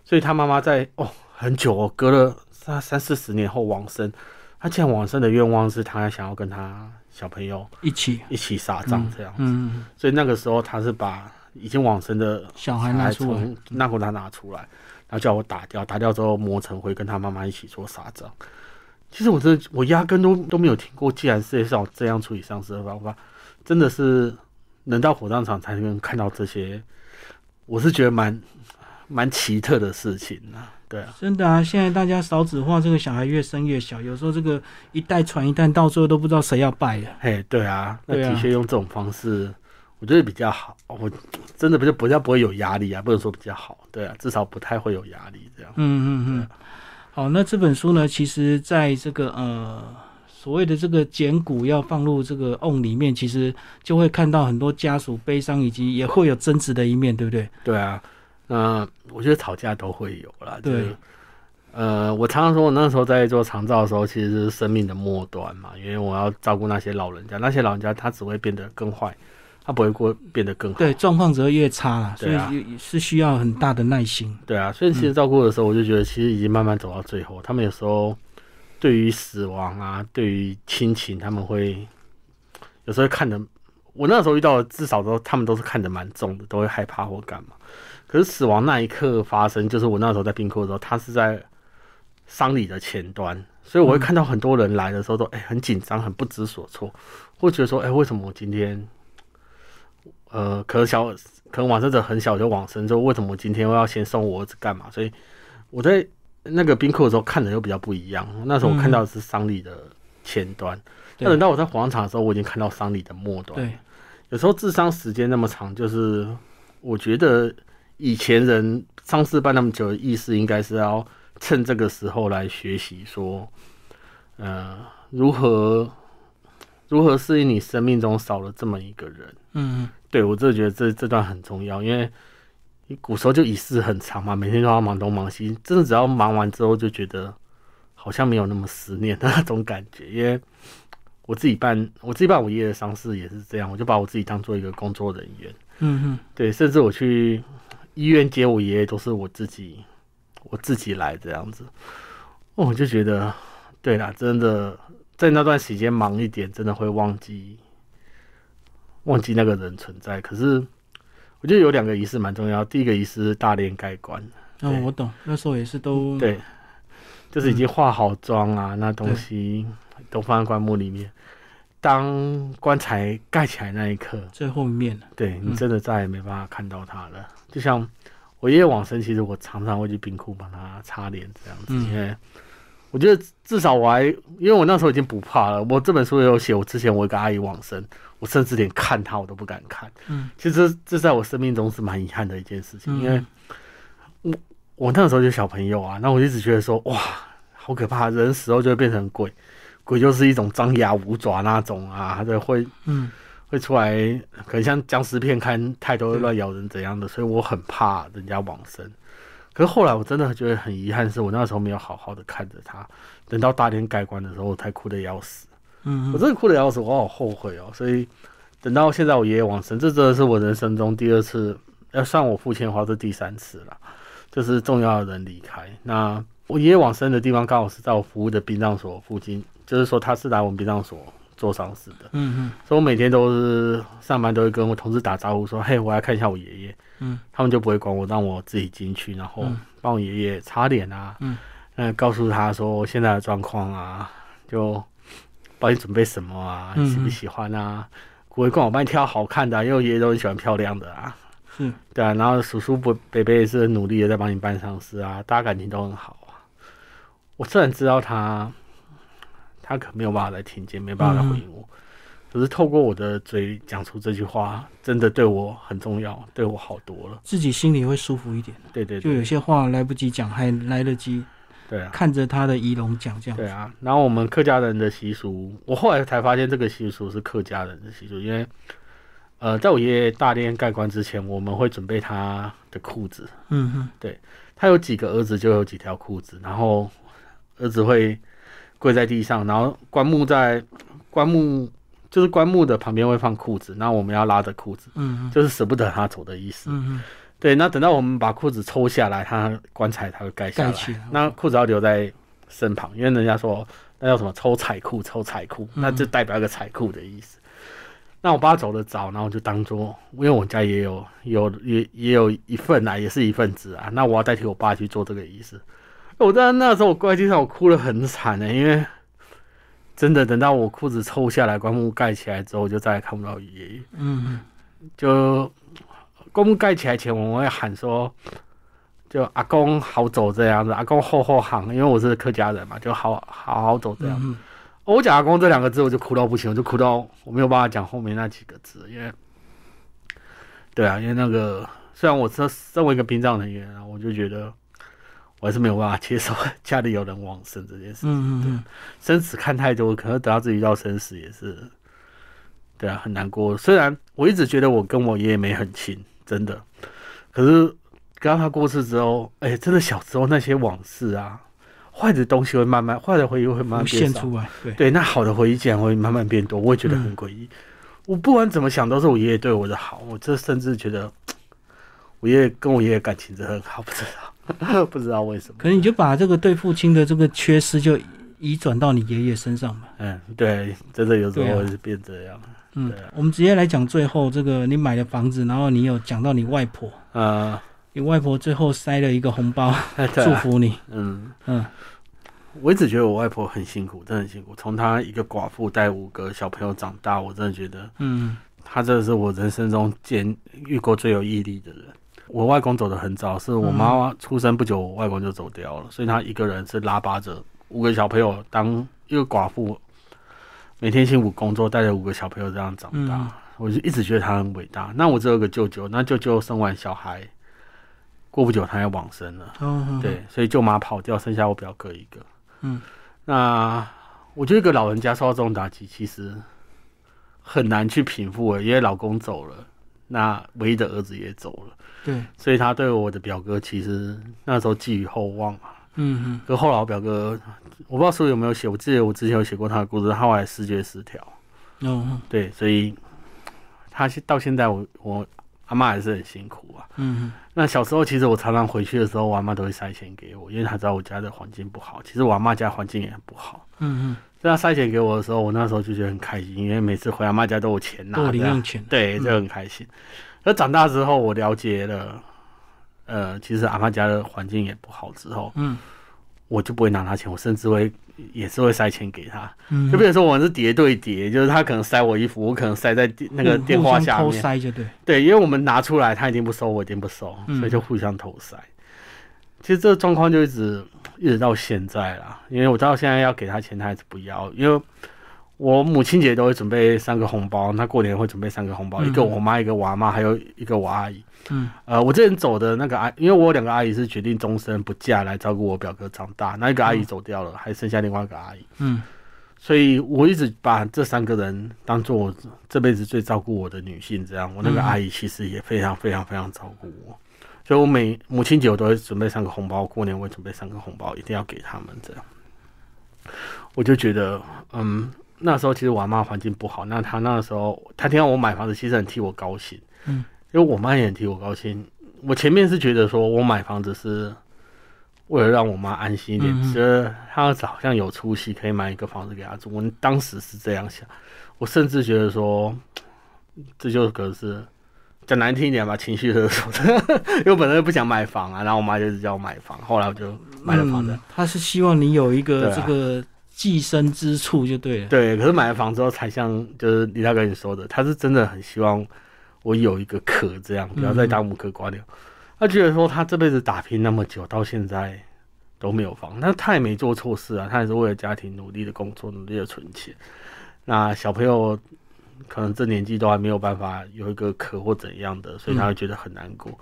B: 所以他妈妈在哦很久哦，隔了三三四十年后往生，他竟然往生的愿望是他想要跟他小朋友
A: 一起，
B: 一起撒葬这样。
A: 嗯，嗯嗯
B: 所以那个时候他是把已经往生的
A: 小
B: 小
A: 孩拿
B: 孩
A: 出来，
B: 从那口他拿出来，然后叫我打掉，打掉之后磨成灰，跟他妈妈一起做撒葬。其实我真的我压根都都没有听过，既然世界上有这样处理丧尸的方法，真的是能到火葬场才能看到这些，我是觉得蛮蛮奇特的事情啊。对啊，
A: 真的啊！现在大家少子化，这个小孩越生越小，有时候这个一代传一代，到最后都不知道谁要拜了。
B: 嘿，对啊，那
A: 对啊
B: 的确用这种方式，我觉得比较好。我真的不就比较不会有压力啊，不能说比较好，对啊，至少不太会有压力这样。
A: 嗯嗯嗯。好，那这本书呢，其实在这个呃所谓的这个简骨要放入这个瓮里面，其实就会看到很多家属悲伤，以及也会有争执的一面，对不对？
B: 对啊，嗯，我觉得吵架都会有啦。就是
A: 对，
B: 呃，我常常说，我那时候在做长照的时候，其实是生命的末端嘛，因为我要照顾那些老人家，那些老人家他只会变得更坏，他不会过变得更好。
A: 对，状况只会越差了，所
B: 对啊
A: 以是需要很大的耐心。
B: 对啊，所以其实照顾的时候，我就觉得其实已经慢慢走到最后，他们有时候对于死亡啊，对于亲情，他们会有时候看得，我那时候遇到的至少都他们都是看得蛮重的，都会害怕或干嘛。可是死亡那一刻发生，就是我那时候在冰库的时候，他是在丧礼的前端，所以我
A: 嗯
B: 会看到很多人来的时候都哎、很紧张，很不知所措，会觉得说哎、为什么我今天呃可能小可能往生者很小就往生，之后为什么我今天要先送我儿子干嘛？所以我在那个冰库的时候看的又比较不一样，那时候我看到的是丧礼的前端，
A: 对
B: 那、等到我在广场的时候，我已经看到丧礼的末端。
A: 对，
B: 有时候治伤时间那么长，就是我觉得以前人丧事办那么久的意识，应该是要趁这个时候来学习说，呃，如何如何适应你生命中少了这么一个人。
A: 嗯，
B: 对我真的觉得这这段很重要，因为你古时候就仪式很长嘛，每天都要忙东忙西，真的只要忙完之后就觉得好像没有那么思念的那种感觉。因为我自己办我自己办我爷爷的丧事也是这样，我就把我自己当做一个工作人员，
A: 嗯嗯
B: 对，甚至我去医院接我爷爷都是我自己我自己来这样子，哦，我就觉得对啦，真的在那段时间忙一点，真的会忘记忘记那个人存在。可是我觉得有两个仪式蛮重要，第一个仪式是大练盖棺，
A: 嗯，哦，
B: 对
A: 我懂，那时候也是都
B: 对，就是已经化好妆啊，那东西都放在棺木里面。当棺材盖起来那一刻，
A: 最后一面了。
B: 对
A: 嗯
B: 你真的再也没办法看到他了。就像我爷爷往生，其实我常常会去冰库帮他擦脸这样子，
A: 嗯
B: 因为我觉得至少我还，因为我那时候已经不怕了。我这本书也有写，我之前我有一个阿姨往生，我甚至连看她我都不敢看。
A: 嗯，
B: 其实这这在我生命中是蛮遗憾的一件事情，因为
A: 嗯
B: 我那时候就小朋友啊，那我一直觉得说哇，好可怕，人死后就会变成鬼，鬼就是一种张牙舞爪那种啊，对，会
A: 嗯
B: 会出来，可能像僵尸片看太多会乱咬人怎样的，所以我很怕人家往生。可是后来我真的觉得很遗憾，是我那时候没有好好的看着他，等到大天盖棺的时候，我才哭的要死，
A: 嗯，
B: 我真的哭的要死，我好后悔哦。所以等到现在我爷爷往生，这真的是我人生中第二次，要算我父亲的话是第三次了，就是重要的人离开。那我爷爷往生的地方刚好是在我服务的殡葬所附近，就是说他是来我们殡葬所做丧事的，
A: 嗯
B: 所以我每天都是上班都会跟我同事打招呼说：“嘿，我来看一下我爷爷。”
A: 嗯，
B: 他们就不会管我，让我自己进去，然后
A: 嗯
B: 帮我爷爷擦脸啊，
A: 嗯，
B: 那告诉他说现在的状况啊，就帮你准备什么啊，
A: 嗯嗯
B: 喜不喜欢啊？骨灰罐我帮你挑好看的、啊，因为我爷爷都很喜欢漂亮的啊。
A: 是，
B: 对啊，然后叔叔伯伯伯也是很努力的在帮你办丧事啊，大家感情都很好啊。我虽然知道他，他可没有办法来听见，没办法来回应我，可是透过我的嘴讲出这句话，真的对我很重要，对我好多了。
A: 自己心里会舒服一点。
B: 对对
A: 就
B: 对
A: 有些话来不及讲，还来得及
B: 对啊，
A: 看着他的仪容讲这样。
B: 对啊。然后我们客家人的习俗，我后来才发现这个习俗是客家人的习俗，因为呃，在我爷爷大殿盖棺之前，我们会准备他的裤子。
A: 嗯哼，
B: 他有几个儿子就有几条裤子，然后儿子会跪在地上，然后棺木在棺木就是棺木的旁边会放裤子，那我们要拉着裤子，
A: 嗯哼，
B: 就是舍不得他走的意思。
A: 嗯
B: 对，那等到我们把裤子抽下来，他棺材才会盖下来，
A: 盖起来
B: 那裤子要留在身旁，因为人家说那叫什么抽彩裤，抽彩裤，
A: 嗯
B: 那就代表一个彩裤的意思。那我爸走的早，然后我就当做，因为我家也有有也也有一份啊，也是一份子啊，那我要代替我爸去做这个仪式。我在那时候我跪在地上，我哭得很惨的、因为真的等到我裤子抽下来，棺木盖起来之后，我就再也看不到爷爷。
A: 嗯嗯
B: 就公墓盖起来前，我们会喊说，就阿公好走这样子，阿公后后行，因为我是客家人嘛，就好好好走这样。哦
A: 嗯
B: 我讲阿公这两个字，我就哭到不行，我就哭到我没有办法讲后面那几个字，因为，对啊，因为那个虽然我身身为一个殡葬人员啊，我就觉得我还是没有办法接受 家里有人往生这件事，
A: 嗯嗯，
B: 生死看太多，可能等到自己遇到生死也是，对啊，很难过。虽然我一直觉得我跟我爷爷没很亲，真的，可是刚他过世之后，哎、真的小时候那些往事啊，坏的东西会慢慢，坏的回忆会慢慢
A: 浮
B: 变
A: 现
B: 少。
A: 出来，嗯对，
B: 对，那好的回忆竟然会慢慢变多，我也觉得很诡异。我不管怎么想，都是我爷爷对我的好，我这甚至觉得我爷爷跟我爷爷感情真的很好，不知道 不知道为什么。
A: 可能你就把这个对父亲的这个缺失就移转到你爷爷身上嘛。
B: 嗯，对，真的有时
A: 对啊
B: 候会是变这样。
A: 嗯
B: 对啊，
A: 我们直接来讲最后这个，你买的房子，然后你有讲到你外婆，
B: 呃，
A: 你外婆最后塞了一个红包
B: 对
A: 祝
B: 啊，
A: 福你。
B: 嗯，
A: 嗯
B: 我一直觉得我外婆很辛苦，真的很辛苦。从她一个寡妇带五个小朋友长大，我真的觉得
A: 嗯
B: 她真的是我人生中见遇过最有毅力的人。我外公走得很早，是我妈妈出生不久，我外公就走掉了，所以她一个人是拉拔着五个小朋友，当一个寡妇，每天辛苦工作，带着五个小朋友这样长大。
A: 嗯
B: 我就一直觉得他很伟大。那我只有个舅舅，那舅舅生完小孩，过不久他要往生了。
A: 哦，
B: 对，所以舅妈跑掉，剩下我表哥一个。
A: 嗯，
B: 那我觉得一个老人家受到这种打击，其实很难去平复欸了，因为老公走了，那唯一的儿子也走了，
A: 对，
B: 所以他对我的表哥其实那时候寄予厚望啊。
A: 嗯
B: 可后来我表哥，我不知道书有没有写，我记得我之前有写过他的故事，他后来视觉失调，
A: 嗯哦
B: 对，所以他现到现在我我阿妈还是很辛苦啊。
A: 嗯
B: 那小时候，其实我常常回去的时候，我阿妈都会塞钱给我，因为她知道我家的环境不好。其实我阿妈家环境也很不好，
A: 嗯
B: 所以她塞钱给我的时候，我那时候就觉得很开心，因为每次回阿妈家都有钱
A: 嗯，
B: 拿
A: 做
B: 这
A: 零
B: 样
A: 用钱。
B: 对，
A: 嗯
B: 就很开心。而长大之后，我了解了，呃，其实阿妈家的环境也不好之后，
A: 嗯
B: 我就不会拿她钱，我甚至会也是会塞钱给她。
A: 嗯，
B: 就比如说，我们是叠对叠，就是她可能塞我衣服，我可能塞在地那个
A: 互
B: 电
A: 嗯互
B: 话
A: 相
B: 下
A: 偷
B: 面。
A: 塞就对，
B: 对，因为我们拿出来，他一定不收，我一定不收，
A: 嗯
B: 所以就互相投塞。其实这个状况就一直一直到现在啦，因为我到现在要给他钱，他还是不要，因为我母亲节都会准备三个红包，那过年会准备三个红包，
A: 嗯
B: 一个我妈，一个我阿妈，还有一个我阿姨。
A: 嗯
B: 呃，我之前走的那个阿，因为我有两个阿姨是决定终身不嫁来照顾我表哥长大，那一个阿姨
A: 嗯
B: 走掉了，还剩下另外一个阿姨。
A: 嗯
B: 所以我一直把这三个人当做我这辈子最照顾我的女性，这样。我那个
A: 嗯
B: 阿姨其实也非常非常非常照顾我，所以我每母亲节我都会准备三个红包，过年我也准备三个红包，一定要给他们这样。我就觉得，嗯，那时候其实我阿妈环境不好，那她那时候她听到我买房子，其实很替我高兴，
A: 嗯，
B: 因为我妈也很替我高兴。我前面是觉得说我买房子是为了让我妈安心一点，
A: 嗯嗯
B: 觉得她儿子好像有出息，可以买一个房子给她住。我当时是这样想，我甚至觉得说，这就可能是讲难听一点吧，情绪勒索。 因为我本来就不想买房啊，然后我妈就一直叫我买房，后来我就买了房子。
A: 嗯他是希望你有一个
B: 对啊
A: 这个寄生之处就对了。
B: 对，可是买了房之后，才像就是李大哥你说的，他是真的很希望我有一个壳，这样不要再当母壳瓜牛。他觉得说他这辈子打拼那么久，到现在都没有房，那他也没做错事啊，他也是为了家庭努力的工作，努力的存钱。那小朋友可能这年纪都还没有办法有一个壳或怎样的，所以他会觉得很难过。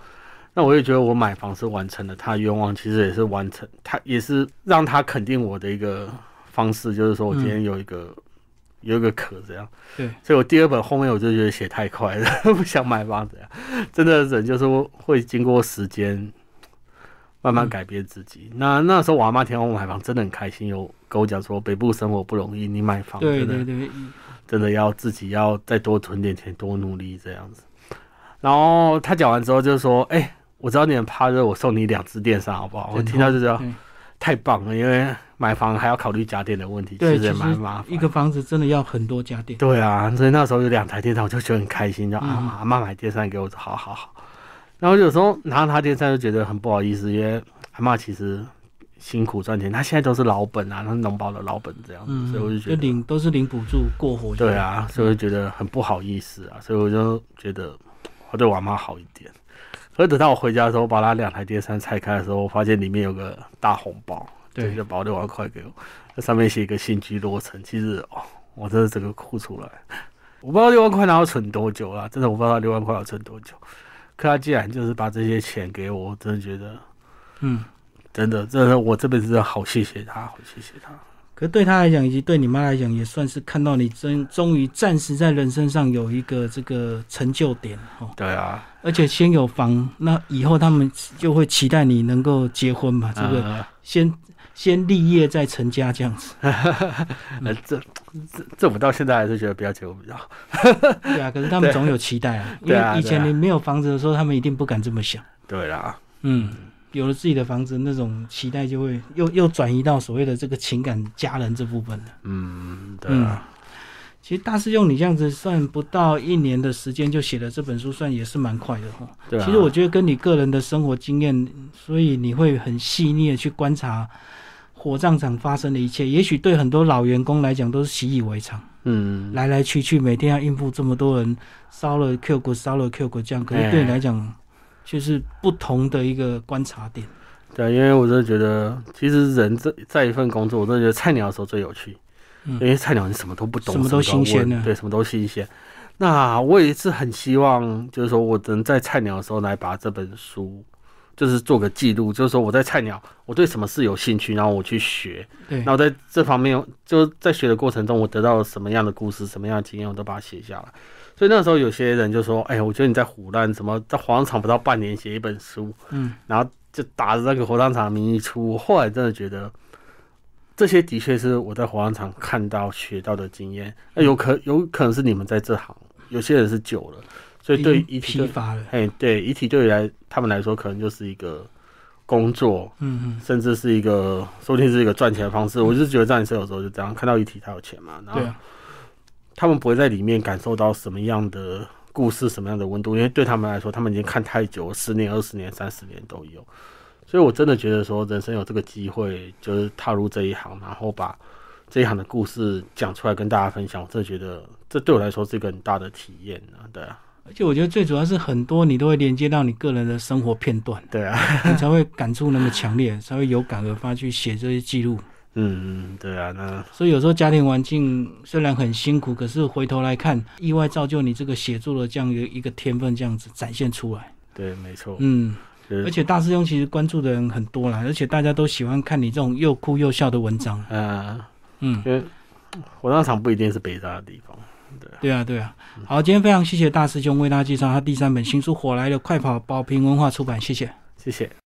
B: 那我也觉得我买房是完成了他的愿望，其实也是完成他也是让他肯定我的一个方式，就是说我今天有一个、有一个壳这样。
A: 嗯对，
B: 所以我第二本后面我就觉得写太快了， 不想买房子呀。真的人就是会经过时间慢
A: 嗯
B: 慢改变自己。那那时候我阿妈听完我买房真的很开心，有跟我讲说北部生活不容易，你买房
A: 对
B: 真
A: 对
B: 啊的哦
A: 对，
B: 真的要自己要再多存点钱，多努力这样子。然后他讲完之后就说：“哎、我知道你很怕热，我送你两只电扇好不好？”我
A: 枕头
B: 听到就觉得哦
A: 对
B: 太棒了，因为买房还要考虑家电的问题，
A: 对，
B: 其实
A: 其
B: 也
A: 实
B: 蛮麻
A: 一
B: 烦。
A: 个房子真的要很多家电。
B: 对啊，所以那时候有两台电扇，我就觉得很开心，就
A: 嗯
B: 啊，阿妈买电扇给我，我说好好好。然后有时候拿到他电扇就觉得很不好意思，因为阿妈其实辛苦赚钱，她现在都是老本啊，她是农保的老本这样子，
A: 嗯，
B: 所以我就觉得
A: 领都是领补助过活。
B: 对，啊，所以我就觉得很不好意思啊，所以我就觉得我对我妈好一点。可是等到我回家的时候，把那两台电扇拆开的时候，我发现里面有个大红包，
A: 对
B: 就包六万块给我，那上面写一个新居落成。其实哦，我真的整个哭出来。我不知道六万块然后存多久啊，真的我不知道六万块要存多久。可他既然就是把这些钱给我，我真的觉得
A: 嗯，
B: 真的真的我这辈子真的好谢谢他，好谢谢他。
A: 可是对他来讲，以及对你妈来讲，也算是看到你真终于暂时在人生上有一个这个成就点哦。
B: 对啊，
A: 而且先有房，那以后他们就会期待你能够结婚嘛，这个
B: 呃
A: 先先立业再成家这样子。
B: 呃，这这这我到现在还是觉得不要结婚比较好。
A: 对啊，可是他们总有期待啊，因
B: 对啊
A: 为以前
B: 对啊
A: 你没有房子的时候，他们一定不敢这么想。
B: 对啦，
A: 嗯，有了自己的房子，那种期待就会又又转移到所谓的这个情感家人这部分了。
B: 嗯，对啦，
A: 其实大师兄，你这样子算不到一年的时间就写了这本书，算也是蛮快的哈。
B: 对啊。
A: 嗯其实我觉得跟你个人的生活经验，所以你会很细腻的去观察火葬场发生的一切。也许对很多老员工来讲都是习以为常，
B: 嗯，
A: 来来去去，每天要应付这么多人，烧了 Q 股，烧了 Q 股这样，可
B: 哎
A: 是对你来讲就是不同的一个观察点。
B: 对，因为我真的觉得，其实人这在一份工作，我真的觉得菜鸟的时候最有趣，
A: 嗯
B: 因为菜鸟你什么都不懂，
A: 什么都
B: 要
A: 新鲜
B: 问
A: 呢
B: 对，什么都新鲜。那我也是很希望，就是说我能在菜鸟的时候来把这本书，就是做个记录，就是说我在菜鸟，我对什么事有兴趣，然后我去学，
A: 对
B: 那，我在这方面就在学的过程中，我得到了什么样的故事、什么样的经验，我都把它写下来。所以那时候有些人就说：“哎、我觉得你在胡乱，什么在火葬场不到半年写一本书，
A: 嗯，
B: 然后就打着那个火葬场的名义出。”我后来真的觉得，这些的确是我在火葬场看到、学到的经验。那有可有可能是你们在这行，有些人是久了，所以对
A: 已经
B: 遗体对
A: 疲乏了。
B: 哎，对遗体对于来他们来说，可能就是一个工作，
A: 嗯
B: 甚至是一个，说不定是一个赚钱的方式。我就是觉得战士有时候就这样，看到遗体他有钱嘛，
A: 嗯，
B: 然后
A: 对啊，
B: 他们不会在里面感受到什么样的故事、什么样的温度，因为对他们来说，他们已经看太久，十年、二十年、三十年都有。所以我真的觉得说，人生有这个机会，就是踏入这一行，然后把这一行的故事讲出来跟大家分享，我真的觉得这对我来说是一个很大的体验啊！对啊，
A: 而且我觉得最主要是很多你都会连接到你个人的生活片 段，
B: 对啊，
A: 你才会感触那么强烈，才会有感而发去写这些记录。
B: 嗯，嗯对啊，那
A: 所以有时候家庭环境虽然很辛苦，可是回头来看，意外造就你这个写作的这样一个天分，这样子展现出来。
B: 对，没错，
A: 嗯，
B: 就是
A: 而且大师兄其实关注的人很多啦，而且大家都喜欢看你这种又哭又笑的文章。啊
B: 嗯，
A: 嗯，
B: 因为火葬场不一定是北大的地方。
A: 对啊，对啊。好，今天非常谢谢大师兄为大家介绍他第三本新书《火来了》，快跑！宝瓶文化出版，谢谢。
B: 谢谢。